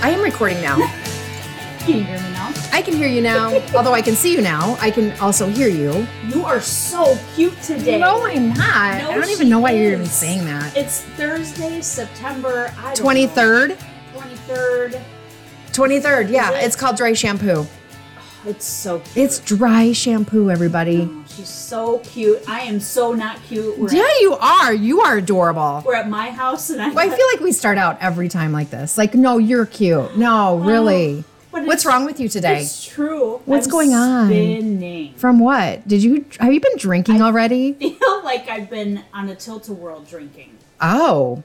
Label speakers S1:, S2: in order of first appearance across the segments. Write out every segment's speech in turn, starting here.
S1: I am recording now.
S2: Can you hear me now?
S1: I can hear you now. Although I can see you now, I can also hear you.
S2: You are so cute today.
S1: No, I'm not.
S2: No,
S1: I don't
S2: she
S1: even know why you're even
S2: is.
S1: saying that.
S2: It's Thursday, September I don't
S1: Twenty third,
S2: know, 23rd.
S1: twenty third. Yeah,
S2: Is it?
S1: it's called dry shampoo.
S2: It's so cute.
S1: It's dry shampoo, everybody.
S2: Oh, she's so cute. I am so not cute. We're,
S1: Yeah,
S2: at,
S1: you are. You are adorable.
S2: we're at my house and I,
S1: Well, I feel like we start out every time like this. Like, no, you're cute. No, really.
S2: but
S1: What's
S2: it's-
S1: wrong with you today?
S2: It's true.
S1: What's
S2: I'm
S1: going on?
S2: Spinning.
S1: From what? Did you have you been drinking already?
S2: I feel like I've been on a tilt-a-whirl drinking.
S1: Oh.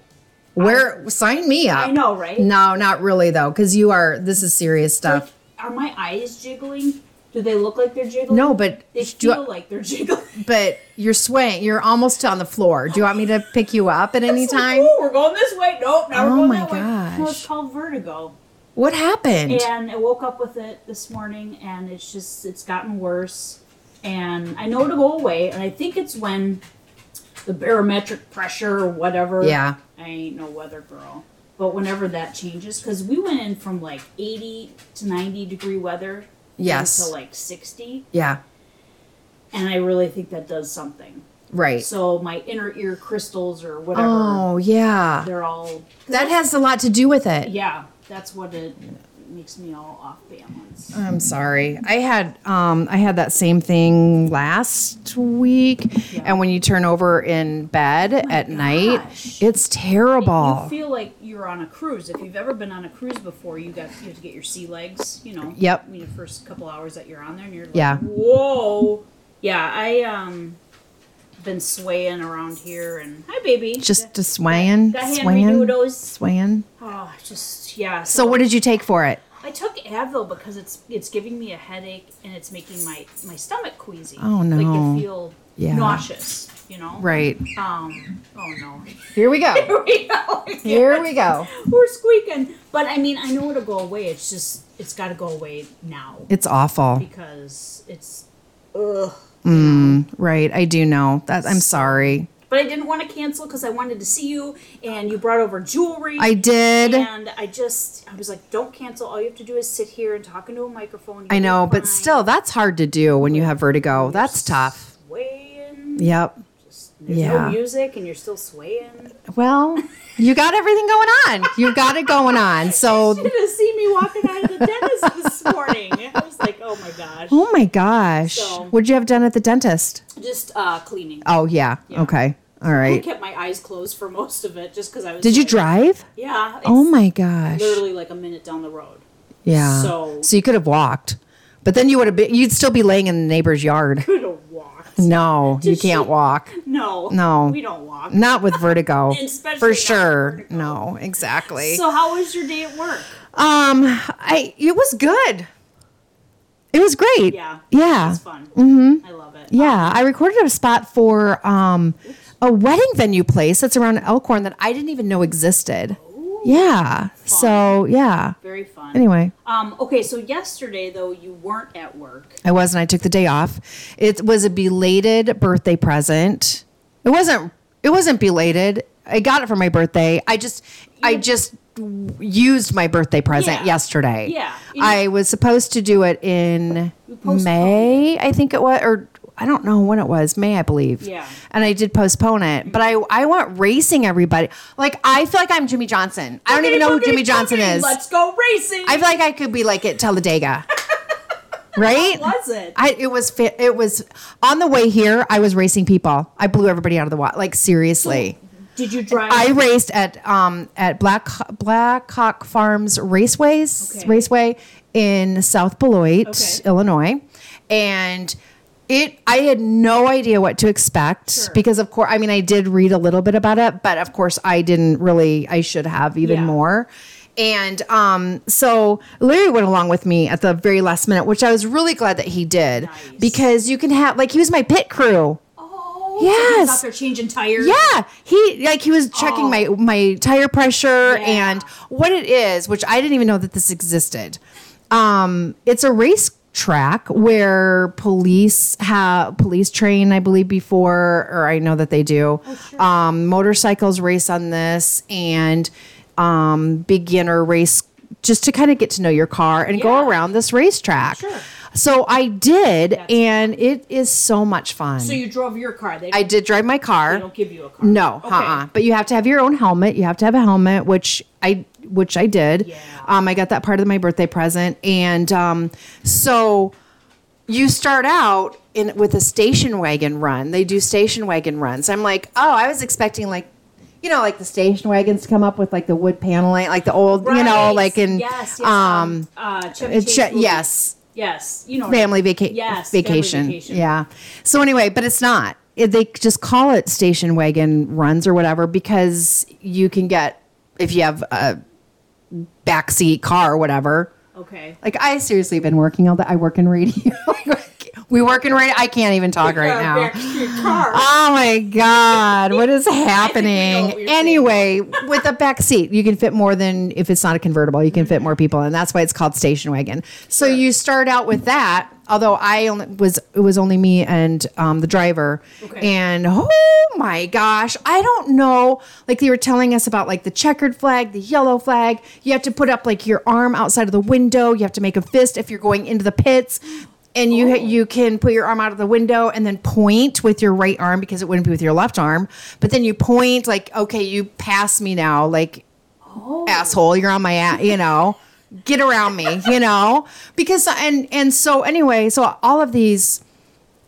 S1: Where sign me up.
S2: I know, right?
S1: No, not really though, because you are. This is serious
S2: Like,
S1: stuff.
S2: are my eyes jiggling? Do they look like they're jiggling?
S1: No, but
S2: They
S1: do
S2: feel
S1: I-
S2: like they're jiggling.
S1: but you're swaying. You're almost on the floor. Do you want me to pick you up at any
S2: It's like,
S1: time?
S2: "Ooh, we're going this way. Nope, now
S1: Oh
S2: we're going
S1: my
S2: that way. No,
S1: gosh.
S2: it's called vertigo.
S1: What happened?
S2: And I woke up with it this morning, and it's just it's gotten worse. And I know it'll go away. And I think it's when the barometric pressure or whatever.
S1: Yeah.
S2: I ain't no weather girl. But whenever that changes, because we went in from like 80 to 90 degree weather.
S1: Yes.
S2: To like 60.
S1: Yeah.
S2: And I really think that does something.
S1: Right.
S2: So my inner ear crystals or whatever,
S1: oh yeah.
S2: they're all
S1: That has a lot to do with it.
S2: yeah. That's what it makes me all off balance.
S1: I'm sorry. I had um I had that same thing last week,
S2: Yeah. Oh
S1: and when you turn over in bed at night,
S2: gosh.
S1: it's terrible.
S2: You feel like you're on a cruise. If you've ever been on a cruise before, you got you have to get your sea legs. You know.
S1: Yep.
S2: I mean, the first couple hours that you're on there, and you're like,
S1: Yeah.
S2: whoa, yeah. I um been swaying around here, and hi, baby.
S1: Just a swaying,
S2: got hand
S1: swaying,
S2: noodles.
S1: swaying.
S2: Oh, just yeah.
S1: So what did you take for it?
S2: I took Advil because it's it's giving me a headache and it's making my my stomach queasy.
S1: Oh, no.
S2: Like you feel
S1: Yeah.
S2: nauseous, you know?
S1: Right.
S2: Um. Oh no.
S1: Here we go.
S2: Here we go.
S1: Here we go.
S2: We're squeaking. But I mean, I know it'll go away. It's just it's got to go away now
S1: It's awful.
S2: because it's. Ugh.
S1: Right. I do know. That I'm sorry.
S2: But I didn't want to cancel because I wanted to see you, and you brought over jewelry.
S1: I did.
S2: And I just, I was like, don't cancel. All you have to do is sit here and talk into a microphone.
S1: I know, but
S2: still.
S1: still that's hard to do when you have vertigo. That's tough.
S2: swaying.
S1: Yep.
S2: Just, there's
S1: Yeah.
S2: no music, and you're still swaying.
S1: Well, you got everything going on. You got it going on.
S2: You
S1: So
S2: should have seen me walking out of the dentist this morning. I was like, oh my gosh.
S1: Oh my gosh.
S2: So-
S1: What'd you have done at the dentist?
S2: Just uh, cleaning.
S1: Oh yeah. Okay. All
S2: I
S1: right.
S2: kept my eyes closed for most of it just because I was.
S1: Did you
S2: like-
S1: drive?
S2: Yeah. It's
S1: Oh my gosh.
S2: Literally like a minute down the road.
S1: Yeah.
S2: So-
S1: you could have walked. But then you would have been you'd still be laying in the neighbor's yard.
S2: Could have walked.
S1: No, you
S2: Did she-
S1: can't walk.
S2: No.
S1: No.
S2: We don't walk.
S1: Not with vertigo.
S2: Especially
S1: for
S2: not
S1: sure.
S2: vertigo.
S1: No, exactly.
S2: So how was your day at work?
S1: Um, I it was good. It was great.
S2: Yeah.
S1: Yeah.
S2: It's fun. Mm-hmm. I love it.
S1: Yeah. I recorded a spot for um a wedding venue place that's around Elkhorn that I didn't even know existed. yeah. So yeah.
S2: Very fun.
S1: Anyway,
S2: Um, okay, so yesterday though you weren't at work.
S1: I was and I took the day off. It was a belated birthday present. It wasn't it wasn't belated. I got it for my birthday. I just I just used my birthday present
S2: Yeah.
S1: yesterday.
S2: Yeah.
S1: I was supposed to do it in
S2: postponed
S1: May, I think it was, or I don't know when it was, May, I believe.
S2: Yeah.
S1: And I did postpone it, but I, I went racing everybody. Like, I feel like I'm Jimmy Johnson. I don't even know who Jimmy Johnson is.
S2: Let's go racing.
S1: I feel like I could be like at Talladega. right?
S2: was it?
S1: I, it was fa- it was on the way here. I was racing people. I blew everybody out of the water. Like seriously,
S2: Did you drive?
S1: I raced at um at Black Black Hawk Farms Raceways
S2: Okay.
S1: Raceway in South Beloit,
S2: Okay.
S1: Illinois, and it I had no idea what to expect
S2: Sure.
S1: because of course I mean I did read a little bit about it, but of course I didn't really I should have even
S2: Yeah.
S1: more. And um, so Larry went along with me at the very last minute, which I was really glad that he did
S2: Nice.
S1: because you can have like he was my pit crew.
S2: oh,
S1: Yes.
S2: Out there changing tires.
S1: Yeah, he like he was checking
S2: Oh.
S1: my my tire pressure
S2: Yeah.
S1: and what it is, which I didn't even know that this existed. Um, it's a race track where police have police train, I believe, before or I know that they do.
S2: Oh,
S1: Um, motorcycles race on this and um, beginner race just to kind of get to know your car and go
S2: Yeah.
S1: around this racetrack.
S2: Sure.
S1: So I did,
S2: That's
S1: and it is so much fun.
S2: So you drove your car. They
S1: I did drive my car.
S2: they don't give you a car.
S1: No,
S2: Okay.
S1: uh-uh. But you have to have your own helmet. You have to have a helmet, which I which I did.
S2: Yeah.
S1: Um, I got that part of my birthday present, and um, so you start out in with a station wagon run. They do station wagon runs. I'm like, oh, I was expecting like. You know, like the station wagons come up with like the wood paneling, like the old, you know,
S2: Right.
S1: like in
S2: yes, yes,
S1: um,
S2: uh, Chevy
S1: it's
S2: Chase movie.
S1: yes,
S2: yes, you know,
S1: family vaca-
S2: Yes, family
S1: vacation.
S2: vacation.
S1: Yeah. So anyway, but it's not. It- They just call it station wagon runs or whatever because you can get if you have a backseat car or whatever.
S2: Okay,
S1: Like I seriously been working all day. I work in radio. we work in radio. I can't even talk right
S2: Uh,
S1: now.
S2: back to your car.
S1: Oh my God, what is
S2: know
S1: happening?
S2: what you're saying.
S1: anyway, with a back seat, you can fit more than if it's not a convertible, you can fit more people. And that's why it's called station wagon. So you start out with that. Although I only was, it was only me and um, the driver.
S2: Okay.
S1: And oh my gosh, I don't know. Like they were telling us about like the checkered flag, the yellow flag. You have to put up like your arm outside of the window. You have to make a fist if you're going into the pits and you you can put your arm out of the window and then point with your right arm because it wouldn't be with your left arm. But then you point like, okay, you pass me now, like
S2: Oh.
S1: asshole, you're on my ass, you know, get around me, you know, because and and so anyway, so all of these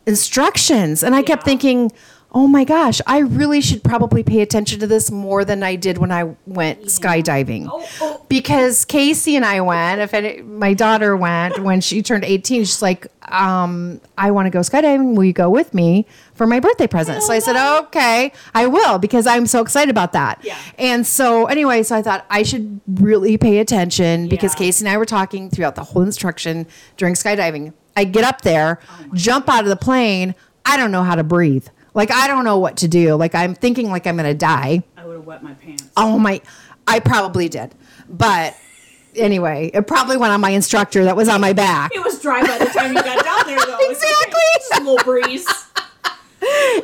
S1: instructions, and I kept
S2: Yeah.
S1: thinking. Oh my gosh, I really should probably pay attention to this more than I did when I went skydiving
S2: Oh, oh.
S1: because Casey and I went. If any, my daughter went when she turned eighteen, she's like, um, "I want to go skydiving. Will you go with me for my birthday present?" So I said, "Okay, I will," because I'm so excited about that.
S2: Yeah.
S1: And so anyway, so I thought I should really pay attention because
S2: Yeah.
S1: Casey and I were talking throughout the whole instruction during skydiving. I get up there, jump out of the plane. I don't know how to breathe. Like I don't know what to do. Like I'm thinking like I'm gonna die.
S2: I would have wet my pants.
S1: Oh my, I probably did. But anyway, it probably went on my instructor that was on my back.
S2: It was dry by the time you got down there, though. It's okay.
S1: Exactly.
S2: Just a little breeze.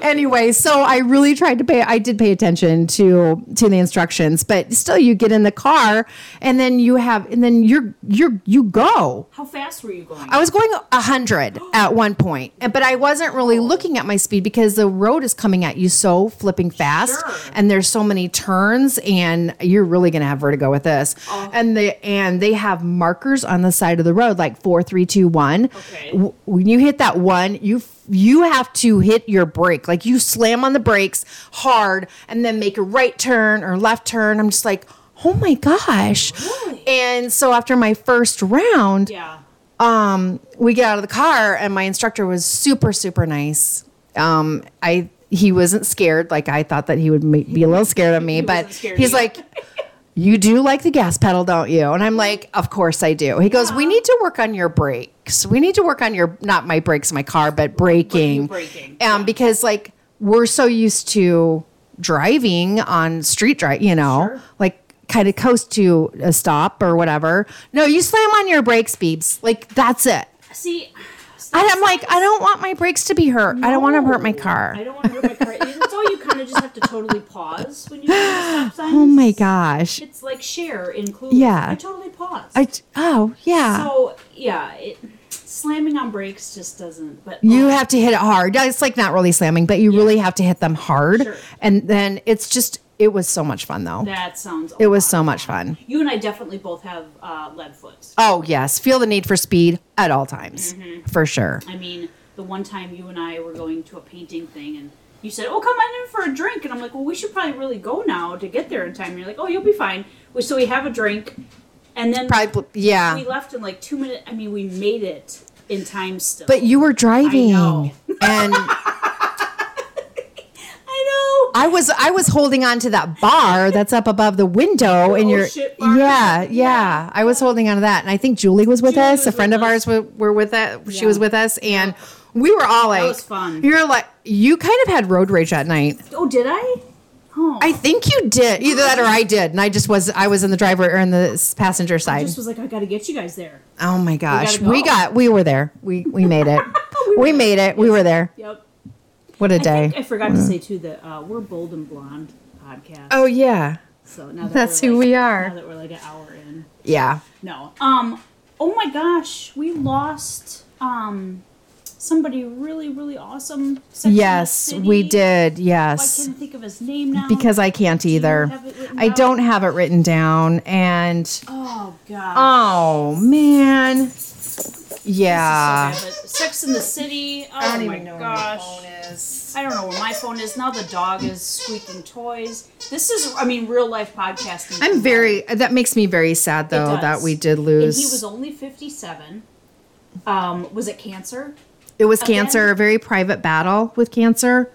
S1: Anyway, so I really tried to pay, I did pay attention to, to the instructions, but still you get in the car and then you have, and then you're, you're, you go.
S2: How fast were you going?
S1: I was going 100 at one point, and- but I wasn't really looking at my speed because the road is coming at you so flipping fast
S2: Sure.
S1: and there's so many turns and you're really going to have vertigo with this.
S2: Oh.
S1: And the and they have markers on the side of the road like four, three, two, one.
S2: Okay.
S1: W- When you hit that one, you f- you have to hit your brake. Like you slam on the brakes hard and then make a right turn or left turn. I'm just like, "Oh my gosh."
S2: Really?
S1: And so after my first round,
S2: yeah.
S1: um, we get out of the car and my instructor was super super nice um, i he wasn't scared like i thought that he would ma- be a little scared of me but
S2: wasn't scared of
S1: he's
S2: you.
S1: like you do like the gas pedal don't you and i'm like of course i do he goes we need to work on your brakes we need to work on your not my brakes my car but braking
S2: braking,
S1: um, because like we're so used to driving on street drive you know
S2: Sure.
S1: like kind of coast to a stop or whatever no you slam on your brakes beeps like that's it
S2: See,
S1: and I'm like, I don't want my brakes to be hurt. I don't want to hurt my car.
S2: Oh, I don't want to hurt my car. It's all you kind of just have to totally pause when you stop signs.
S1: Oh my gosh.
S2: It's like share include.
S1: Yeah.
S2: I totally pause.
S1: I oh yeah.
S2: so yeah, it, slamming on brakes just doesn't. But oh,
S1: you have to hit it hard. Yeah, It's like not really slamming, but you really have to hit them hard.
S2: Sure.
S1: And then it's just it was so much fun though.
S2: that sounds.
S1: It was so much fun.
S2: You and I definitely both have uh, lead foot.
S1: Oh yes, feel the need for speed at all times.
S2: Mm-hmm.
S1: For sure.
S2: I mean, the one time you and I were going to a painting thing and you said, Oh, come on in for a drink. And I'm like, Well, we should probably really go now to get there in time. And you're like, Oh, you'll be fine. We- So we have a drink. And then
S1: Probably yeah.
S2: we left in like two minutes. I mean, we made it in time still.
S1: but you were driving
S2: know.
S1: and
S2: I know.
S1: I was I was holding on to that bar that's up above the window and
S2: old
S1: you're
S2: shit bar?
S1: yeah, yeah
S2: Yeah.
S1: I was holding on to that and I think Julie was with
S2: Julie
S1: us
S2: was
S1: a friend
S2: with
S1: of ours
S2: us.
S1: were, were with us she
S2: Yeah.
S1: was with us and we were all like
S2: was fun.
S1: you're like you kind of had road rage that night
S2: Oh, did I? Oh.
S1: I think you did either that or I did and I just was I was in the driver or in the s- passenger
S2: I
S1: side
S2: just was like, I got to get you guys there.
S1: oh my gosh we,
S2: go.
S1: got we were there we we made it we, made it we were there
S2: Yep.
S1: what a
S2: I
S1: day
S2: think I forgot to say, too, that uh, we're Bold and Blonde podcast.
S1: oh yeah
S2: so now that
S1: that's
S2: we're
S1: who
S2: like-
S1: we are.
S2: Now that we're like an hour in.
S1: Yeah.
S2: No. Um. Oh my gosh, we lost um somebody really really awesome. Sex and the
S1: Yes, we
S2: City. Oh,
S1: did.
S2: I
S1: Yes.
S2: can't I think of his name now.
S1: Because I can't
S2: you
S1: either.
S2: have it written
S1: I
S2: down?
S1: don't have it written down. And
S2: oh god,
S1: oh, man. Yeah.
S2: This is so bad, but Sex in the City. Oh my gosh.
S1: is.
S2: I don't know where my phone is now. The dog is squeaking toys. This is, I mean, real life podcasting.
S1: I'm very, that makes me very sad though that
S2: does.
S1: we did
S2: And
S1: lose.
S2: he was only 57. Um, was it cancer?
S1: it was
S2: again-
S1: cancer, a very private battle with cancer.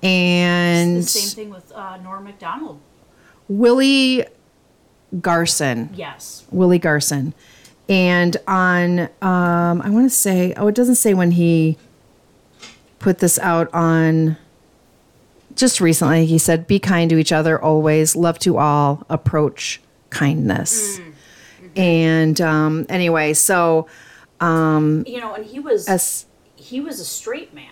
S2: the
S1: And
S2: same thing with uh, Norm Macdonald.
S1: Willie Garson.
S2: Yes.
S1: Willie Garson. And on, um, I want to say, oh, it doesn't say when he put this out on just recently. He said, Be kind to each other always, love to all, approach kindness.
S2: Mm-hmm.
S1: And um, anyway, so
S2: You know, and he was
S1: Mm. as,
S2: he was a straight man.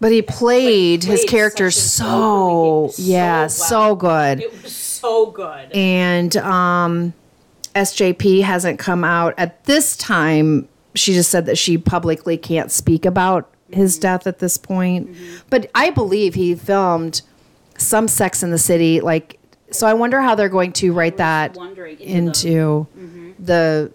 S1: but he played, his
S2: played
S1: character
S2: such an
S1: so,
S2: overly- so
S1: yeah,
S2: well.
S1: so good.
S2: It was so good.
S1: and um, SJP hasn't come out at this time. She just said that she publicly can't speak about his death at this point. But I believe he filmed some Sex in the City, like. So I wonder how they're going to write that
S2: wondering into,
S1: into the. mm-hmm.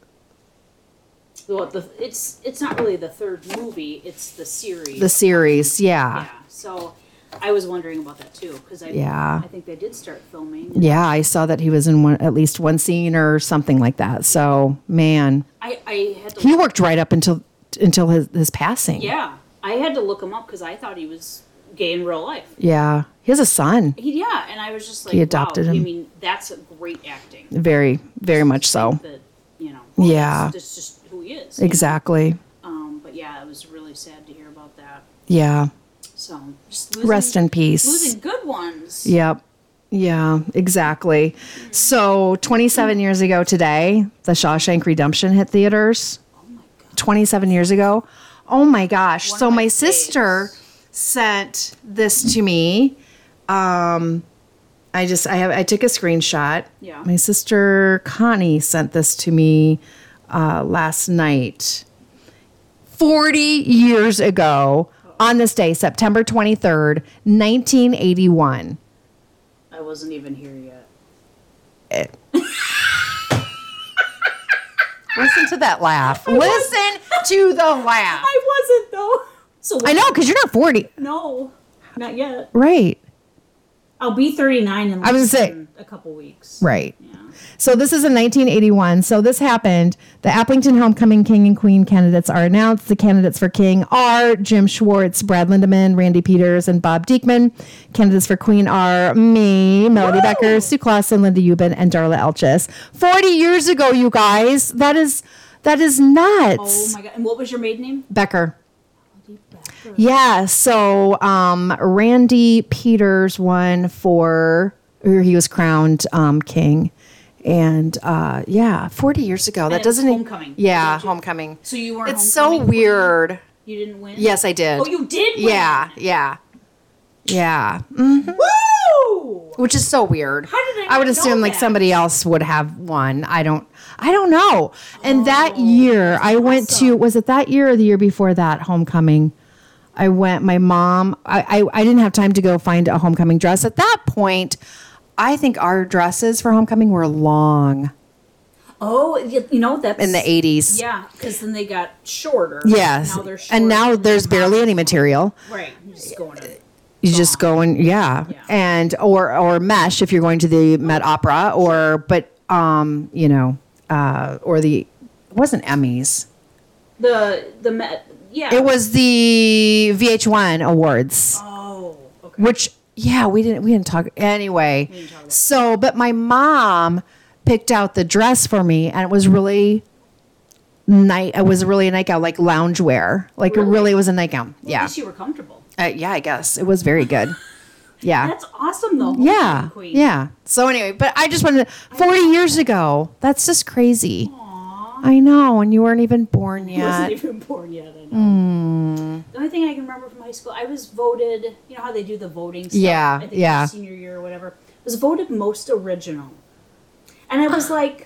S2: the, well, the, it's it's not really the third movie. It's the series.
S1: The series, yeah.
S2: yeah. So I was wondering about that too because I
S1: Yeah.
S2: I think they did start filming.
S1: yeah, I saw that he was in one, at least one scene or something like that. So man,
S2: I I had to
S1: he worked right up until until his, his passing.
S2: Yeah, I had to look him up because I thought he was gay in real life.
S1: yeah, he has a son.
S2: He, yeah, and I was just like,
S1: He adopted
S2: wow, I
S1: him.
S2: mean, that's a great acting.
S1: Very, very much so.
S2: That you know,
S1: Yeah.
S2: that's, that's just who he is. you know?
S1: Exactly.
S2: Um, but yeah, it was really sad to hear about that.
S1: Yeah.
S2: So just losing,
S1: Rest in peace.
S2: losing good ones.
S1: Yep. Yeah, exactly. So 27 years ago today, the Shawshank Redemption hit theaters.
S2: Oh my god.
S1: 27 years ago. Oh my gosh.
S2: One of
S1: so
S2: my
S1: my sister sent this to me. Um I just I have I took a screenshot.
S2: Yeah.
S1: My sister Connie sent this to me uh last night. 40 years ago on this day, September 23rd, 1981.
S2: I wasn't even here yet.
S1: Listen to that laugh. Listen to the laugh.
S2: I wasn't though. So
S1: I know cuz you're not 40.
S2: No, not yet.
S1: Right.
S2: I'll be 39 in
S1: I was
S2: less
S1: gonna say-
S2: than a couple weeks.
S1: Right.
S2: Yeah.
S1: So this is in 1981. So this happened. The Appleton Homecoming King and Queen candidates are announced. The candidates for King are Jim Schwartz, Brad Lindeman, Randy Peters, and Bob Diekman. Candidates for Queen are me, Melody Becker, Sue Clausen, Linda Eubin, and Darla Elchis. 40 years ago, you guys. That is that is
S2: Oh
S1: nuts.
S2: my god. And what was your maiden name?
S1: Becker.
S2: Deep Becker.
S1: Yeah. So um, Randy Peters won for, or he was crowned um, king. And uh, yeah, 40 years ago. That
S2: it was
S1: doesn't. e-
S2: homecoming.
S1: Yeah,
S2: Did you-
S1: homecoming.
S2: So you were.
S1: It's so
S2: homecoming queen?
S1: weird.
S2: You didn't win.
S1: Yes, I did.
S2: Oh, you did. Win.
S1: yeah, yeah. Yeah. mm-hmm.
S2: Woo!
S1: Which is so weird.
S2: How did I
S1: would
S2: not know
S1: assume like
S2: that?
S1: somebody else would have won. I don't I don't know. And that
S2: Oh,
S1: year I went to was it that year or the year before that homecoming? I went my mom I, I I didn't have time to go find a homecoming dress. At that point, I think our dresses for homecoming were long
S2: Oh, y- you know that's
S1: in the 80s.
S2: Yeah, because then they got shorter.
S1: Yes.
S2: Now they're short.
S1: and now there's barely any material.
S2: right. you're Just going to,
S1: you just go and yeah.
S2: Yeah.
S1: and or or mesh if you're going to the met opera or but um you know uh or the it wasn't emmys
S2: the the Met. Yeah.
S1: it was the vh1 awards
S2: Oh. Okay.
S1: which yeah we didn't we didn't talk anyway
S2: didn't talk about
S1: so but my mom picked out the dress for me and it was really night it was really a nightgown like loungewear like it
S2: Really?
S1: really was a nightgown
S2: At
S1: yeah
S2: least you were comfortable.
S1: uh, yeah i guess it was very good yeah
S2: That's awesome though.
S1: Yeah.
S2: Homecoming Queen.
S1: Yeah. So anyway, but I just wanted to, 40 years ago. That's just crazy.
S2: Aw.
S1: I know, and you weren't even born
S2: I wasn't
S1: yet.
S2: even born yet. I know.
S1: Hmm.
S2: The only thing I can remember from high school, I was voted. You know how they do the voting stuff.
S1: Yeah,
S2: I think
S1: yeah.
S2: Senior year or whatever, I was voted most original, and I was like,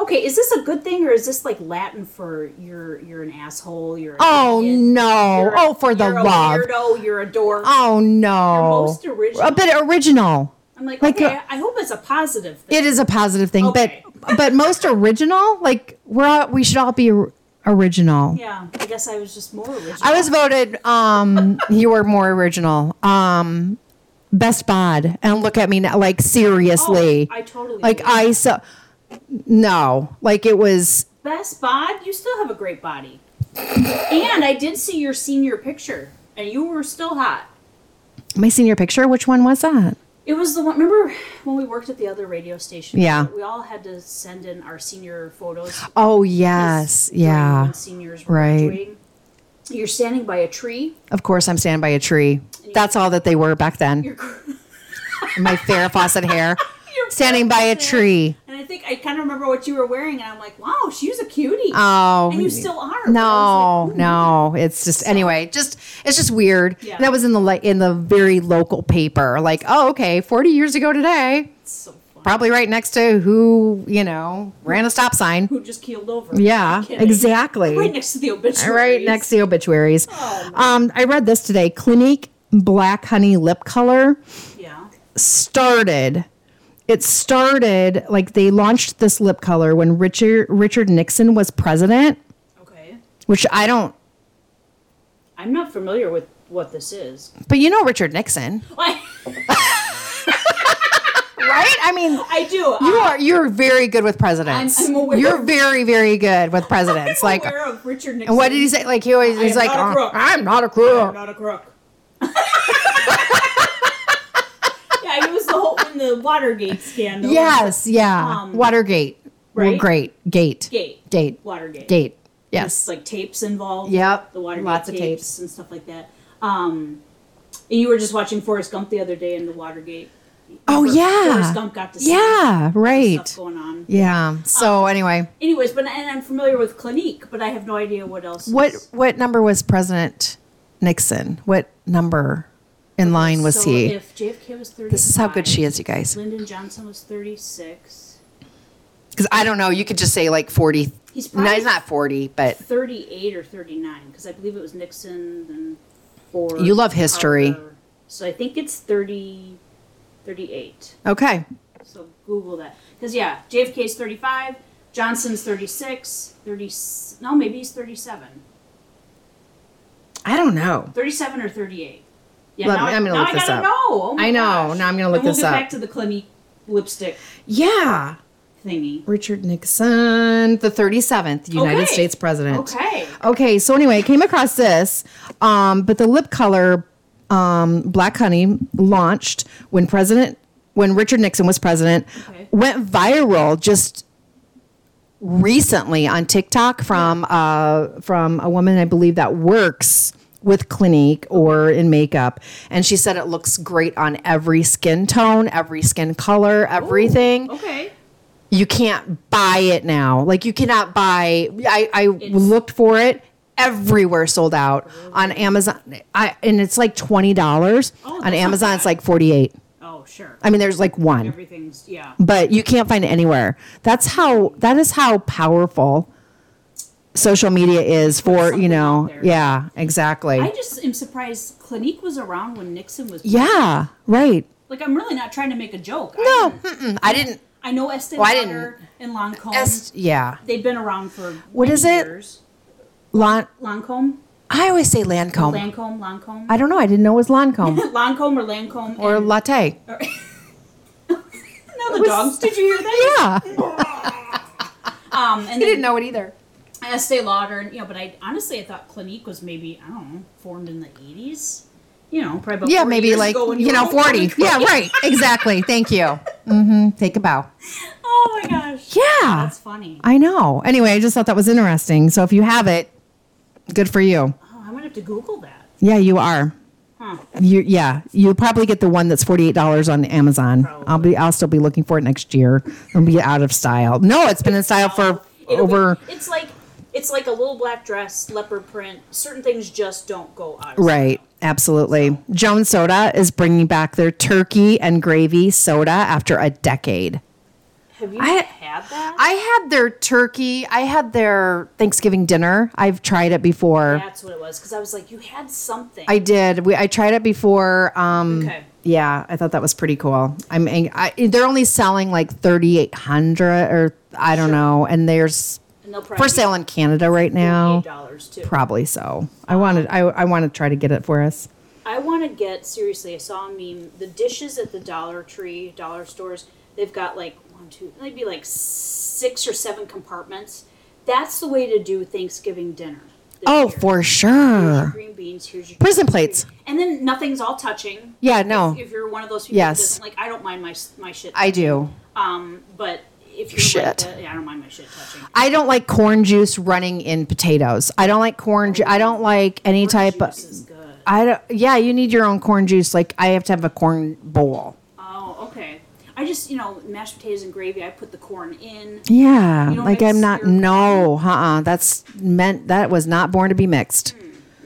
S2: Okay, is this a good thing or is this like Latin for you're you're an asshole? You're an
S1: Oh,
S2: idiot,
S1: no.
S2: you're a-
S1: Oh, for the
S2: you're
S1: love.
S2: A weirdo, you're a dork.
S1: Oh no.
S2: most original.
S1: A bit original.
S2: I'm like,
S1: like,
S2: okay,
S1: uh,
S2: I hope it's a positive thing.
S1: It is a positive thing,
S2: Okay.
S1: but but most original, like we're all, we should all be or- original.
S2: yeah, I guess I was just more original.
S1: I was voted um you were more original. Um best bod and look at me now like
S2: Oh,
S1: seriously.
S2: I totally
S1: like
S2: agree.
S1: I so no, like it was
S2: best bod. You still have a great body, and I did see your senior picture, and you were still hot.
S1: my senior picture. Which one was that?
S2: It was the one. Remember when we worked at the other radio station?
S1: Yeah.
S2: we all had to send in our senior photos.
S1: Oh yes,
S2: during
S1: yeah.
S2: when seniors were
S1: Right.
S2: graduating. You're standing by a tree.
S1: Of course, I'm standing by a tree. That's all that they were back then.
S2: You're,
S1: My fair faucet hair,
S2: you're
S1: standing by a
S2: there.
S1: tree.
S2: And I think I kind of remember what you were wearing, and I'm like, wow, she's a cutie.
S1: Oh,
S2: and you still are. but I
S1: No,
S2: was like, ooh.
S1: no. It's just anyway. Just it's just weird.
S2: Yeah.
S1: And that was in the li- in the very local paper. Like, oh, okay, forty years ago today,
S2: It's so funny.
S1: probably right next to who you know ran a stop sign.
S2: Who just keeled over?
S1: Yeah,
S2: Not kidding.
S1: exactly.
S2: Right next to the obituary.
S1: Right next to the obituaries.
S2: Oh,
S1: um, I read this today. Clinique Black Honey Lip Color.
S2: Yeah.
S1: started it started like they launched this lip color when Richard Richard Nixon was president,
S2: Okay.
S1: which I don't
S2: I'm not familiar with what this is.
S1: but you know Richard Nixon,
S2: I,
S1: right? I mean,
S2: I do.
S1: you are you're very good with presidents.
S2: I'm aware.
S1: You're very very good with presidents.
S2: I'm
S1: like
S2: aware of Richard Nixon.
S1: and what did he say? Like he always he's
S2: am
S1: like
S2: not a
S1: "Oh,
S2: crook."
S1: I'm not a
S2: I'm
S1: crook.
S2: not a crook. yeah, it was the whole in the Watergate scandal.
S1: Yes, yeah.
S2: Um,
S1: Watergate. Well,
S2: right?
S1: great. Gate.
S2: Gate.
S1: Gate.
S2: Watergate.
S1: Gate.
S2: It's
S1: Yes.
S2: like tapes involved.
S1: Yep.
S2: The Watergate
S1: Lots of
S2: tapes,
S1: tapes.
S2: and stuff like that. Um, and you were just watching Forrest Gump the other day in the Watergate.
S1: Oh
S2: Remember,
S1: yeah.
S2: Forrest Gump got to see
S1: Yeah,
S2: stuff
S1: right.
S2: going on. Um,
S1: Yeah. So anyway,
S2: Anyways, but and I'm familiar with Clinique, but I have no idea what else.
S1: What
S2: is.
S1: what number was President Nixon? What number in line was
S2: so
S1: he?
S2: If JFK was 35,
S1: This is how good she is, you guys.
S2: Lyndon Johnson was 36.
S1: Because I don't know, you could just say like forty.
S2: He's probably
S1: No, he's not forty, but
S2: 38 or 39 because I believe it was Nixon and Ford.
S1: You love history.
S2: Carter. So I think it's 30, 38.
S1: okay.
S2: So Google that. Because, yeah, JFK's 35, Johnson's 36, 30, no, maybe he's 37.
S1: I don't know.
S2: 37 or 38. Yeah,
S1: Let
S2: now,
S1: me-
S2: I-
S1: I'm gonna
S2: now
S1: look
S2: I
S1: this
S2: gotta
S1: up.
S2: know. Oh my
S1: I know.
S2: gosh.
S1: Now I'm gonna look
S2: and we'll
S1: this
S2: get
S1: up.
S2: back to the Clinique lipstick
S1: Yeah,
S2: thingy.
S1: Richard Nixon, the thirty seventh United
S2: Okay.
S1: States president.
S2: Okay.
S1: Okay, so anyway, I came across this, um, but the lip color um, Black Honey launched when President when Richard Nixon was president
S2: Okay.
S1: went viral just recently on TikTok from uh, from a woman I believe that works with Clinique or in makeup, and she said it looks great on every skin tone, every skin color, everything
S2: Okay.
S1: you can't buy it now. Like you cannot buy. I, I looked for it everywhere, sold out on Amazon. I and it's like twenty dollars
S2: Oh, that's
S1: on
S2: not
S1: Amazon.
S2: bad.
S1: It's like forty eight.
S2: Oh, sure.
S1: I mean, there's like one,
S2: Everything's, yeah.
S1: but you can't find it anywhere. That's how. That is how powerful social media is for you
S2: something out
S1: know.
S2: there.
S1: Yeah, exactly.
S2: I just am surprised Clinique was around when Nixon was.
S1: yeah, right.
S2: Like I'm really not trying to make a joke.
S1: No,
S2: Oh, I, didn't-
S1: mm-mm, I didn't.
S2: I know Estee
S1: Well, I
S2: Lauder and Lancome.
S1: Est- yeah,
S2: They've been around for
S1: What
S2: many
S1: is it?
S2: Years.
S1: Lan.
S2: Lancome,
S1: I always say Lancome.
S2: Lancome, Lancome.
S1: I don't know. I didn't know it was Lancome
S2: Lancome or Lancome
S1: or
S2: and-
S1: Latte.
S2: No, the dogs. Did you hear that?
S1: Yeah.
S2: Um, and
S1: didn't
S2: then
S1: know it either.
S2: Estee Lauder, and, you know. But I honestly, I thought Clinique was maybe I don't know, formed in the '80s. You know, probably. About
S1: Yeah,
S2: 40
S1: maybe
S2: years
S1: like,
S2: ago when
S1: you
S2: were
S1: know,
S2: hoping
S1: 40.
S2: to go-
S1: Yeah, right. Exactly. Thank you. hmm Take a bow.
S2: Oh my gosh.
S1: Yeah.
S2: That's funny.
S1: I know. Anyway, I just thought that was interesting. So if you have it, good for you.
S2: Oh, I'm gonna have to Google that.
S1: Yeah, you are.
S2: Huh.
S1: You yeah, you probably get the one that's forty eight dollars on Amazon. I'll be I'll still be looking for it next year. It'll be out of style. No, it's been in style for
S2: It'll be-
S1: over
S2: it's like it's like a little black dress, leopard print. Certain things just don't go out. Of
S1: Right. Absolutely. Joan Soda is bringing back their turkey and gravy soda after a decade.
S2: style. Have you
S1: I-
S2: had that?
S1: I had their turkey. I had their Thanksgiving dinner. I've tried it before.
S2: That's what it was because I was like, you had something.
S1: I did. We, I tried it before. Um,
S2: Okay.
S1: Yeah, I thought that was pretty cool. I'm. ang- I, they're only selling like thirty eight hundred or I don't know, and there's
S2: and they'll probably
S1: for sale in Canada right now.
S2: dollars too.
S1: Probably so. I wanted. I I want to try to get it for us.
S2: I want to get seriously. I saw a meme. The dishes at the Dollar Tree, dollar stores, they've got like one, two, they'd be like six or seven compartments. That's the way to do Thanksgiving dinner. this
S1: Oh,
S2: year.
S1: for
S2: Here's your
S1: sure.
S2: green beans. Here's your
S1: Prison
S2: green
S1: plates.
S2: beans. and then nothing's all touching.
S1: Yeah, no.
S2: If you're one of those people,
S1: Yes.
S2: yes, doesn't, like I don't mind my s- my shit.
S1: I do.
S2: um, but if you're
S1: Shit.
S2: like the- yeah, I don't mind my shit touching.
S1: I don't like corn juice running in potatoes. I don't like corn. Ju- I don't like any
S2: Orange
S1: type of.
S2: juice is good.
S1: I don't. Yeah, you need your own corn juice. Like I have to have a corn bowl.
S2: Oh, okay. I just you know mashed potatoes and gravy. I put the corn in.
S1: Yeah,
S2: You don't
S1: like
S2: mix
S1: I'm not.
S2: your-
S1: No, uh, uh that's meant. That was not born to be mixed.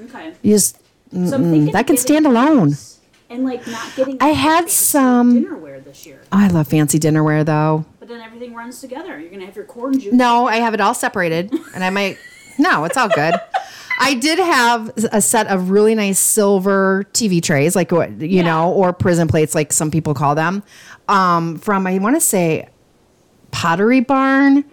S2: Okay.
S1: You just.
S2: So I'm thinking
S1: that
S2: of
S1: can
S2: getting
S1: stand alone.
S2: these And like not getting.
S1: I
S2: the
S1: had
S2: fancy
S1: some-
S2: dinnerware this year,
S1: I love fancy dinnerware though.
S2: but then everything runs together. You're gonna have your corn juice.
S1: No, I have it all separated, and I might. no, it's all good. I did have a set of really nice silver TV trays, like what you
S2: Yeah.
S1: know, or prison plates, like some people call them, um, from I want to say Pottery Barn,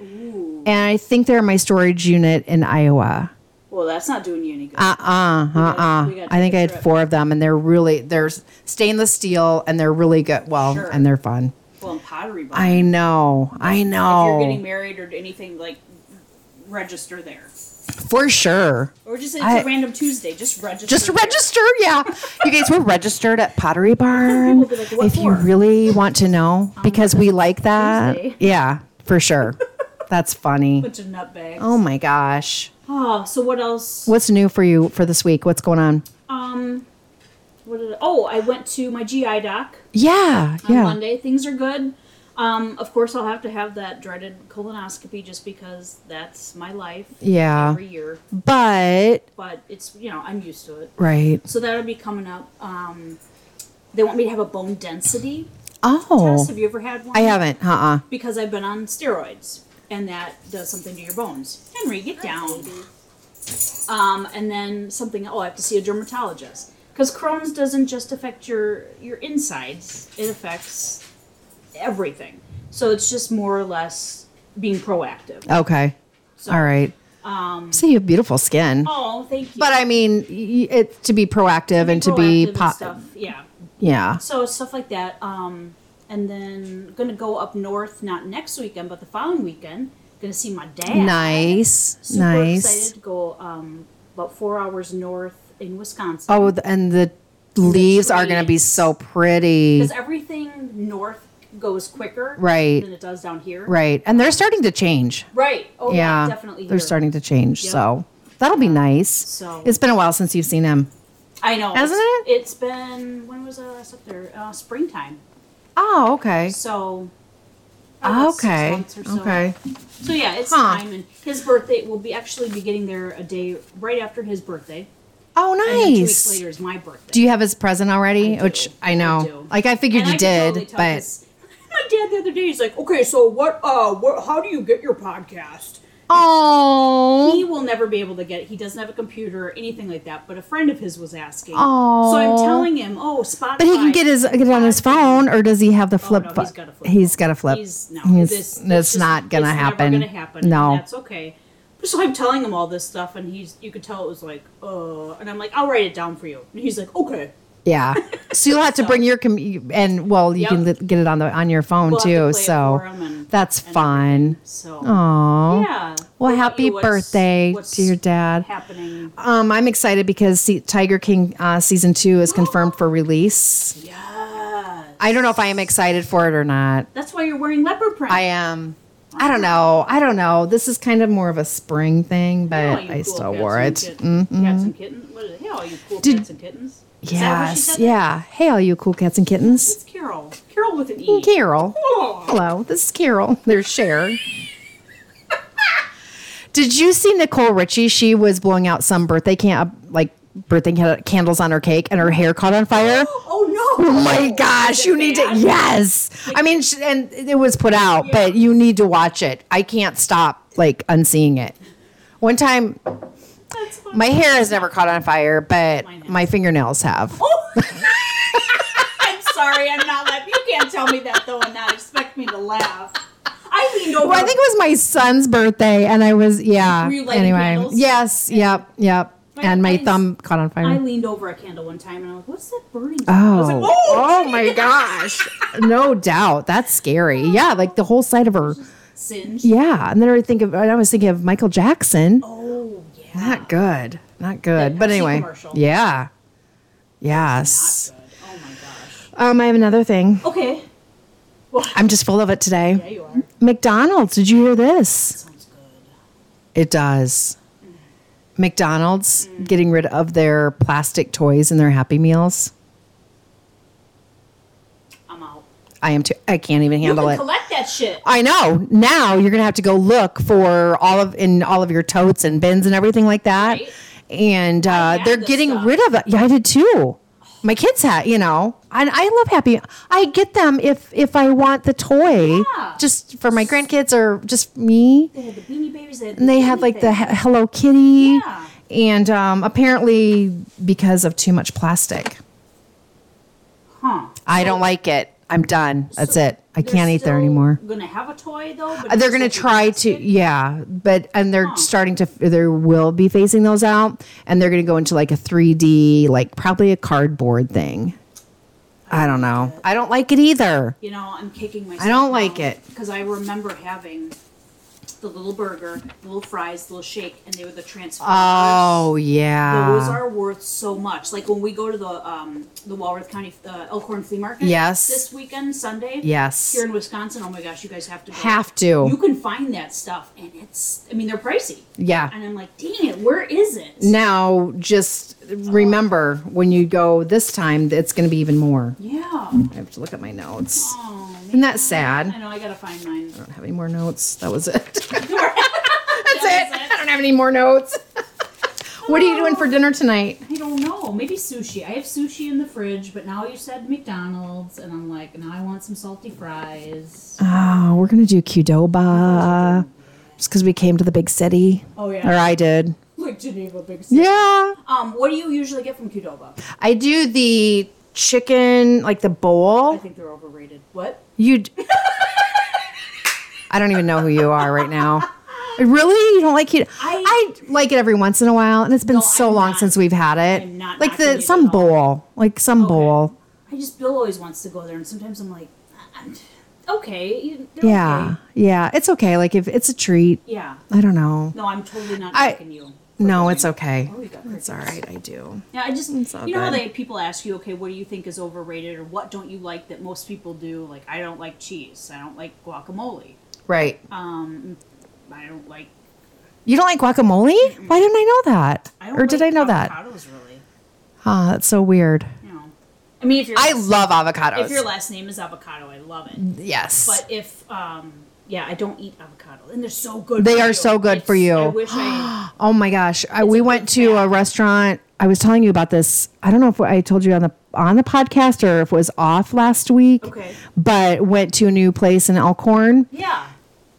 S1: and I think they're in my storage unit in Iowa.
S2: Well, that's not doing you any good.
S1: Uh-uh, uh-uh.
S2: we gotta
S1: I think
S2: take a
S1: I had
S2: trip.
S1: four of them, and they're really they're stainless steel, and they're really good. Well,
S2: Sure.
S1: and they're fun.
S2: well, in pottery barn.
S1: I know, I
S2: if you're
S1: know,
S2: getting married or anything like, register there.
S1: for sure.
S2: Or just it's
S1: I-
S2: a random Tuesday. Just register.
S1: Just
S2: there.
S1: register, yeah. You guys, we're registered at Pottery Barn.
S2: We'll be like, "What
S1: if you
S2: for?"
S1: really want to know, because we like that.
S2: Tuesday.
S1: Yeah, for sure. That's funny.
S2: Bunch of nutbags.
S1: Oh my gosh,
S2: Oh, so what else?
S1: what's new for you for this week? What's going on?
S2: Um, what did I, oh, I went to my GI doc
S1: Yeah,
S2: on
S1: yeah.
S2: Monday. Things are good. Um, of course, I'll have to have that dreaded colonoscopy just because that's my life.
S1: Yeah.
S2: Every year,
S1: But
S2: but it's you know I'm used to it.
S1: right.
S2: So that'll be coming up. Um, they want me to have a bone density
S1: Oh,
S2: test. Have you ever had one?
S1: I haven't. Uh uh
S2: because I've been on steroids, and that does something to your bones. Henry, get down. Um, and then something. Oh, I have to see a dermatologist because Crohn's doesn't just affect your your insides; it affects everything. So it's just more or less being proactive.
S1: Okay.
S2: So,
S1: All right.
S2: Um,
S1: So you have beautiful skin.
S2: oh, thank you.
S1: But I mean, y- y- it to be proactive and to
S2: Proactive
S1: be
S2: and
S1: pop.
S2: stuff. Yeah.
S1: Yeah.
S2: So stuff like that. Um, and then gonna go up north not next weekend, but the following weekend. Gonna see my dad.
S1: Nice.
S2: super
S1: nice.
S2: excited to go um, about four hours north in Wisconsin.
S1: Oh, th- and the leaves are going to be
S2: trees.
S1: so pretty.
S2: because everything north goes quicker
S1: Right.
S2: than it does down here.
S1: Right. And they're starting to change.
S2: Right. Oh yeah,
S1: yeah.
S2: definitely.
S1: They're
S2: here.
S1: starting to change.
S2: Yep.
S1: So that'll be nice. So
S2: So-
S1: it's been a while since you've seen him.
S2: I know,
S1: Hasn't
S2: it's- It's been when was uh, up there? Uh, springtime.
S1: Oh, okay.
S2: So. about six
S1: Okay.
S2: months or so.
S1: Okay.
S2: So yeah, it's
S1: Huh.
S2: time, and his birthday will be actually be getting there a day right after his birthday. And
S1: Oh,
S2: then two weeks
S1: nice.
S2: later is my birthday.
S1: Do you have his present already?
S2: do.
S1: Which I
S2: I
S1: know.
S2: do.
S1: like I figured
S2: And
S1: you
S2: I could
S1: did,
S2: totally tell
S1: but
S2: 'cause my dad the other day he's like, okay, so what? Uh, what? How do you get your podcast? He
S1: oh,
S2: will never be able to get it. He doesn't have a computer or anything like that. But a friend of his was asking.
S1: Aw.
S2: So I'm telling him, oh, Spotify.
S1: but he can get his get it on his phone, or does he have the flip?
S2: Oh, no,
S1: pho-
S2: he's got a flip
S1: He's
S2: phone.
S1: got a flip.
S2: He's, no,
S1: He's-
S2: this,
S1: it's
S2: this just-
S1: not gonna
S2: it's never
S1: happen.
S2: gonna happen, and
S1: No.
S2: that's okay. So I'm telling him all this stuff, and he's you could tell it was like, uh, and I'm like, I'll write it down for you. And he's like, okay.
S1: Yeah. So you'll have to bring your com- and well, you can
S2: Yep.
S1: li- get it on the on your phone
S2: We'll have to
S1: too.
S2: play it
S1: so
S2: for 'em and-
S1: that's
S2: and
S1: fun.
S2: So
S1: Aww.
S2: yeah. What
S1: Well,
S2: about
S1: happy
S2: you? What's-
S1: birthday
S2: what's
S1: to your dad.
S2: Happening.
S1: Um, I'm excited because see, Tiger King uh, season two is confirmed for release.
S2: Yeah.
S1: I don't know if I am excited for it or not.
S2: That's why you're wearing leopard print.
S1: I am. I don't know. I don't know. This is kind of more of a spring thing,
S2: Hell,
S1: but
S2: you
S1: I
S2: cool
S1: still
S2: cats
S1: wore
S2: and
S1: it. Mm-hmm.
S2: kittens. You got some kittens? What is it? Hell, you cool
S1: Did-
S2: cats and kittens? Is that what she
S1: Yes.
S2: said?
S1: Yeah. Hey, all you cool cats and kittens.
S2: It's Carol. Carol with an E.
S1: Carol.
S2: Oh,
S1: Hello, this is Carol. There's Cher. Did you see Nicole Richie? She was blowing out some birthday can like birthday can- candles on her cake, and her hair caught on fire.
S2: oh
S1: Oh my gosh,
S2: is
S1: you
S2: it
S1: need
S2: bad?
S1: to. Yes. I mean, sh- and it was put out, but you need to watch it. I can't stop like unseeing it. One time,
S2: That's fine.
S1: my hair has never caught on fire, but
S2: Mine has.
S1: my fingernails have.
S2: Oh. I'm sorry, I'm not laughing. You can't tell me that though and not expect me to laugh. I leaned over.
S1: Well, I think it was my son's birthday, and I was yeah.
S2: Were you lighting
S1: anyway,
S2: candles?
S1: yes, yep, yep.
S2: My
S1: and my
S2: eyes-
S1: thumb caught on fire.
S2: I leaned over a candle one time and I was like, what's that burning?
S1: Oh,
S2: I was like, oh,
S1: oh my gosh. No doubt. That's scary. Yeah, like the whole side of her.
S2: Singe.
S1: Yeah. And then I would think of I was thinking of Michael Jackson.
S2: Oh, yeah.
S1: Not good. Not good. But
S2: Pepsi
S1: anyway.
S2: commercial.
S1: Yeah.
S2: Not
S1: Yes.
S2: good. Oh my gosh.
S1: Um, I have another thing.
S2: Okay.
S1: I'm just full of it today.
S2: Yeah, you are.
S1: McDonald's, did you hear this?
S2: Sounds good.
S1: It does. McDonald's
S2: Mm.
S1: getting rid of their plastic toys in their Happy Meals.
S2: I'm out.
S1: I am too I can't even handle
S2: you can
S1: it.
S2: collect that shit.
S1: I know. Now you're gonna have to go look for all of in all of your totes and bins and everything like that.
S2: Right.
S1: And
S2: I
S1: uh,
S2: had
S1: they're
S2: this
S1: getting
S2: stuff.
S1: rid of it. Yeah, I did too. My kids had, you know, and I love Happy. I get them if if I want the toy,
S2: Yeah.
S1: just for my grandkids or just me.
S2: They had the Beanie Babies. They had,
S1: And they had like the He- Hello Kitty,
S2: Yeah.
S1: and um, apparently because of too much plastic,
S2: Huh.
S1: I don't like it. I'm done. That's
S2: So
S1: it. I
S2: they're
S1: can't eat
S2: still
S1: there anymore.
S2: Gonna have a toy though. but
S1: Uh, they're
S2: it's
S1: going to
S2: like a
S1: try
S2: basket?
S1: to yeah but and they're
S2: Huh.
S1: starting to they will be phasing those out and they're going to go into like a 3d like probably a cardboard thing i don't know i don't like it either
S2: You know, I'm kicking myself.
S1: I don't like it.
S2: because I remember having the little burger, the little fries, the little shake, and they were the transformers.
S1: oh
S2: Those
S1: yeah
S2: are worth so much. Like when we go to the um, the Walworth County uh, Elkhorn Flea Market.
S1: Yes.
S2: This weekend, Sunday.
S1: yes
S2: Here in Wisconsin, oh my gosh, you guys have to go.
S1: have
S2: You
S1: to
S2: can find that stuff, and it's. I mean, they're pricey.
S1: yeah
S2: And I'm like, dang it, where is it?
S1: now just remember when you go this time it's going to be even more
S2: Yeah.
S1: i have to look at my notes
S2: Oh, man.
S1: isn't that sad
S2: I know. I gotta find mine.
S1: i don't have any more notes that was it
S2: That's
S1: That's it. I don't have any more notes. what are you doing for dinner tonight?
S2: I don't know. Maybe sushi. I have sushi in the fridge, but now you said McDonald's, and I'm like, now I want some salty fries.
S1: Oh, we're gonna do Qdoba. Just because we came to the big city,
S2: Oh
S1: or I did.
S2: like Geneva Big City.
S1: Yeah,
S2: Um, what do you usually get from Qdoba?
S1: I do the chicken, like the
S2: I
S1: bowl.
S2: think they're overrated. What?
S1: You. d- I don't even know who you are right now. Really, you don't like Qdoba?
S2: I-
S1: I, like it every once in a while, and it's been
S2: No,
S1: so
S2: I'm
S1: long
S2: not-
S1: since we've had it.
S2: I'm not
S1: like
S2: knocking
S1: the
S2: it
S1: some
S2: at all.
S1: bowl, like some bowl.
S2: I just Bill always wants to go there, and sometimes I'm like, I'm- okay, you- they're
S1: Yeah,
S2: okay.
S1: yeah, it's okay. Like if it's a treat,
S2: yeah.
S1: I don't know.
S2: No, I'm totally not
S1: I-
S2: talking you.
S1: No, it's okay.
S2: Oh, you got
S1: It's all right. I do.
S2: Yeah, I just
S1: It's all
S2: you know how
S1: good.
S2: they people ask you, okay, what do you think is overrated or what don't you like that most people do? Like I don't like cheese. I don't like guacamole.
S1: Right.
S2: Um, I don't like.
S1: You don't like guacamole? Why didn't I know that?
S2: I
S1: or
S2: don't
S1: did
S2: like
S1: I know that?
S2: Avocados really.
S1: Huh, that's so weird.
S2: You know, I mean, if your
S1: I love avocados.
S2: if your last name is avocado, I love it.
S1: yes.
S2: But if um, yeah, I don't eat avocado, and they're so good.
S1: They
S2: for
S1: are
S2: you.
S1: so good for you.
S2: I wish I.
S1: oh my gosh. I, we
S2: a
S1: went
S2: good
S1: to a
S2: fat.
S1: restaurant. I was telling you about this. I don't know if I told you on the on the podcast or if it was off last week.
S2: Okay.
S1: But went to a new place in Elkhorn.
S2: Yeah.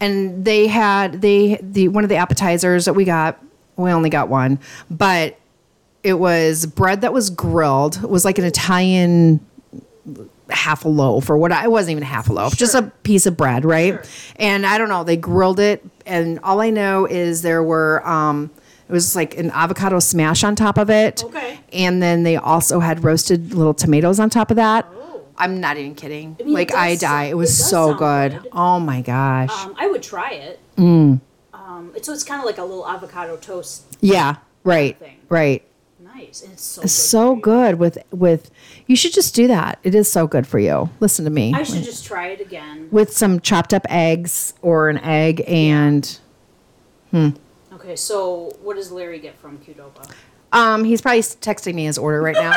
S1: and they had they the one of the appetizers that we got we only got one but it was bread that was grilled it was like an italian half a loaf or what I- it wasn't even half a loaf just a piece of bread right
S2: Sure.
S1: and i don't know they grilled it and all i know is there were um it was like an avocado smash on top of it
S2: Okay.
S1: and then they also had roasted little tomatoes on top of that
S2: Oh.
S1: i'm not even kidding
S2: I mean, it
S1: like i
S2: does sou-
S1: die it
S2: it
S1: was
S2: does
S1: so
S2: sound
S1: good.
S2: good.
S1: oh my gosh
S2: Um, I would try it.
S1: Mm.
S2: Um, so it's kind of like a little avocado toast.
S1: Yeah, right,
S2: thing.
S1: right.
S2: Nice, and it's so
S1: It's
S2: good
S1: so
S2: for you.
S1: good with with. You should just do that. It is so good for you. Listen to me.
S2: I should just try it again.
S1: with some chopped up eggs or an egg and
S2: Okay, so what does Larry get from Qdoba?
S1: um he's probably texting me his order right now.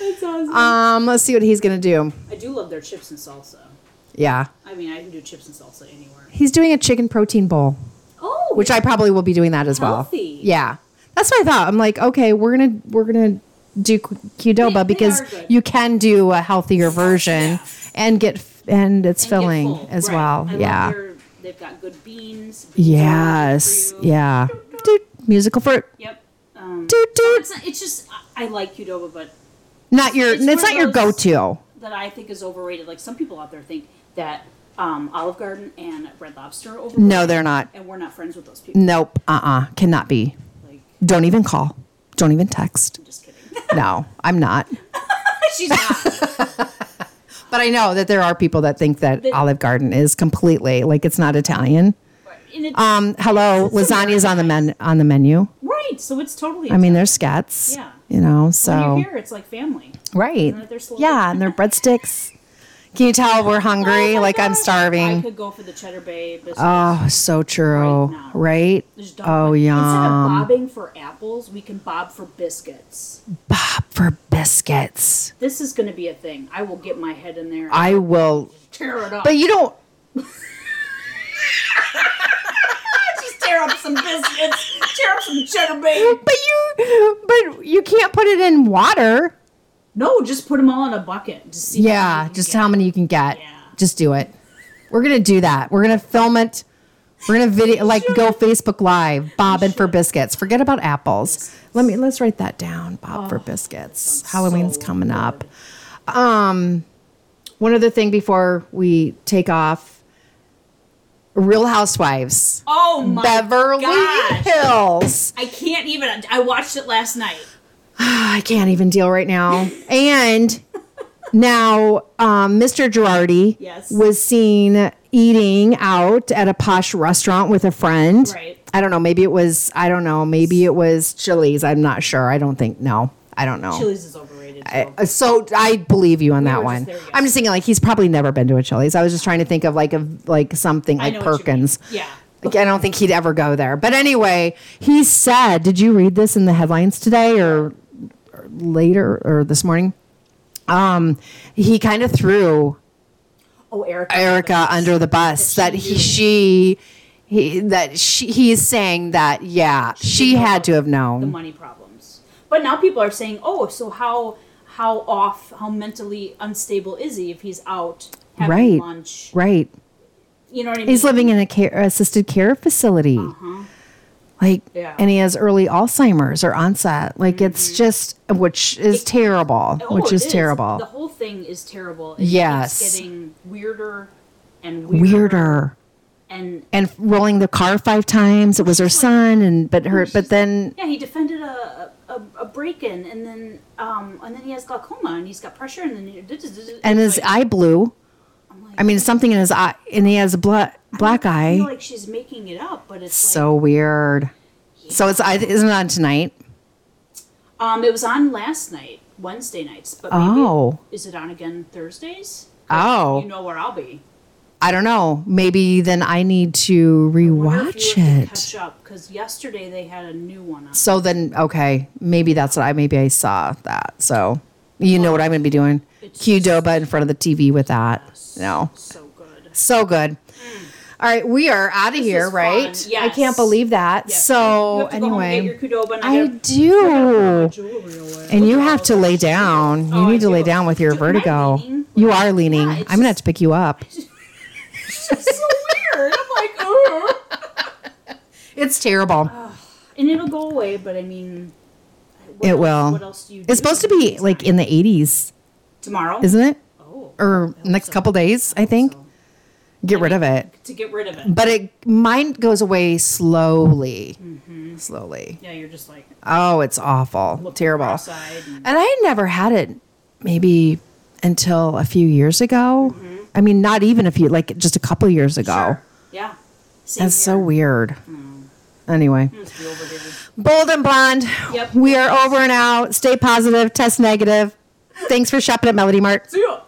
S2: That's awesome.
S1: um let's see what he's going to do.
S2: I do love their chips and salsa.
S1: Yeah.
S2: I mean, I can do chips and salsa anywhere.
S1: He's doing a chicken protein bowl,
S2: Oh,
S1: which I probably will be doing that as well.
S2: Healthy.
S1: Yeah. That's what I thought. I'm like, okay, we're going to we're going to do Q- Qdoba
S2: They- they
S1: because
S2: are good.
S1: you can do a healthier version
S2: Yeah.
S1: and get f- and it's
S2: and get
S1: filling
S2: full,
S1: as
S2: right.
S1: well.
S2: I love
S1: yeah.
S2: their- they've got good beans. beans are good for
S1: Yes.
S2: you.
S1: Yeah. Doot, musical fruit.
S2: Yep. Um,
S1: Doot doot.
S2: it's, not, it's just I- I like Qdoba, but
S1: Not your.
S2: it's
S1: It's,
S2: one
S1: not your
S2: of those-
S1: go-to.
S2: that I think is overrated. Like some people out there think that um, Olive Garden and Red Lobster are overrated.
S1: No, they're not.
S2: And we're not friends with those people.
S1: Nope. Uh-uh. Cannot be.
S2: Like,
S1: Don't even call. Don't even text.
S2: I'm just kidding.
S1: No, I'm not.
S2: She's not.
S1: But I know that there are people that think that
S2: That-
S1: Olive Garden is completely like it's not Italian.
S2: And it-
S1: Um, hello,
S2: It's
S1: lasagna is on the men on the menu.
S2: right. So it's totally.
S1: I mean, there's scats.
S2: Yeah.
S1: You know,
S2: when
S1: so
S2: you're here, it's like family.
S1: right.
S2: that they're slow?
S1: Yeah, and their breadsticks. Can you tell we're hungry?
S2: Oh my
S1: like I'm
S2: gosh, I
S1: starving.
S2: could go for the cheddar bay biscuits.
S1: Oh, so true.
S2: Right now.
S1: Right?
S2: There's done
S1: Oh,
S2: one.
S1: yum.
S2: Instead of bobbing for apples, we can bob for biscuits.
S1: Bob for biscuits.
S2: This is going to be a thing. I will get my head in there. and
S1: I will.
S2: tear it up.
S1: But you don't.
S2: just tear up some biscuits. tear up some cheddar bay.
S1: But you. But you can't put it in water.
S2: No, just put them all in a bucket. Just see how
S1: Yeah,
S2: many you
S1: just
S2: get.
S1: how many you can get.
S2: Yeah.
S1: Just do it. We're gonna do that. We're gonna film it. We're gonna video like go Facebook Live, bobbing for biscuits. Forget about apples. Let me let's write that down. Bob for biscuits. Halloween's
S2: Oh, so
S1: coming up. Um one other thing before we take off. Real Housewives.
S2: Oh my
S1: Beverly
S2: gosh.
S1: Hills.
S2: I can't even. I watched it last night.
S1: I can't even deal right now. And now, um, Mr. Girardi
S2: Yes.
S1: was seen eating out at a posh restaurant with a friend.
S2: Right.
S1: I don't know. Maybe it was, I don't know. Maybe it was Chili's. I'm not sure. I don't think, no. I don't know.
S2: Chili's is overrated. So.
S1: Uh, So I believe you on that
S2: were just
S1: one.
S2: there yesterday.
S1: I'm just thinking like he's probably never been to a Chili's. I was just trying to think of like a like something
S2: I
S1: like
S2: know what you mean.
S1: Perkins.
S2: Yeah.
S1: Like, I don't think he'd ever go there. But anyway, he said, did you read this in the headlines today or, or later or this morning? Um, he kind of threw
S2: Oh, Erica.
S1: Erica under the bus that, he, she he that she he is saying that yeah, she
S2: didn't
S1: had
S2: know
S1: to have
S2: The
S1: known.
S2: money problems. But now people are saying, oh, so how how off, how mentally unstable is he if he's out having
S1: Right.
S2: lunch?
S1: Right.
S2: You know what I mean?
S1: He's living in a care, assisted care facility. Like,
S2: Uh-huh. Yeah. Mm-hmm.
S1: and he has early Alzheimer's or onset. Like, it's just, which is terrible,
S2: Oh,
S1: which
S2: it
S1: is, terrible.
S2: The whole thing is terrible. It keeps
S1: Yes.
S2: getting weirder and weirder.
S1: Weirder.
S2: And
S1: And rolling the car five times. It was her son, and but her, but then
S2: Yeah, he defended a a, a break in, and then um, and then he has glaucoma, and he's got pressure, and then he-
S1: and his
S2: like,
S1: eye blew.
S2: I'm like,
S1: I mean, something in his eye, and he has a black black
S2: I
S1: eye.
S2: feel like she's making it up, but it's
S1: so weird. So it's I isn't it on tonight.
S2: like um, it was on last night, Wednesday nights, but maybe
S1: Oh.
S2: is it on again Thursdays?
S1: Oh,
S2: You know where I'll be.
S1: I don't know. Maybe then I need to
S2: Wonder if
S1: rewatch
S2: you have to
S1: it.
S2: Catch up because yesterday they had a new one on.
S1: So then, okay, maybe that's what I maybe I saw that. So you know what I'm going to be doing?
S2: It's-
S1: Qdoba in front of the TV with that. No,
S2: So good.
S1: so good. All right, we are out of here,
S2: was
S1: right?
S2: fun.
S1: I can't
S2: Yes.
S1: believe that.
S2: Yes. You
S1: So
S2: have to go home and
S1: anyway,
S2: get your Qdoba,
S1: I
S2: and gotta- I gotta put my
S1: do.
S2: jewelry away.
S1: And you have to lay down.
S2: Oh,
S1: you
S2: I
S1: need to lay
S2: do.
S1: down with your
S2: Do- am I
S1: vertigo.
S2: leaning?
S1: You are leaning.
S2: Yeah,
S1: I'm
S2: it's
S1: gonna have
S2: just-
S1: to pick you up.
S2: It's so weird. I'm like, oh.
S1: It's terrible.
S2: and it'll go away. But I mean, what
S1: It
S2: else-
S1: will.
S2: What else do you? do?
S1: It's supposed to be like in the 80s,
S2: tomorrow,
S1: isn't it?
S2: Oh,
S1: Or next couple days, I think.
S2: so,
S1: Get rid of it.
S2: to get rid of it.
S1: but it mine goes away slowly
S2: Mm-hmm.
S1: slowly
S2: Yeah, you're just like
S1: oh it's awful
S2: looking
S1: terrible
S2: cross-eyed and-
S1: and i never had it maybe until a few years ago i mean not even a few like just a couple years ago
S2: Mm-hmm. Sure. Yeah. Same
S1: Oh. that's so
S2: here. Mm.
S1: weird anyway
S2: Must be over here.
S1: bold and blonde
S2: Yep.
S1: we are over and out stay positive test negative thanks for shopping at melody mart
S2: See ya.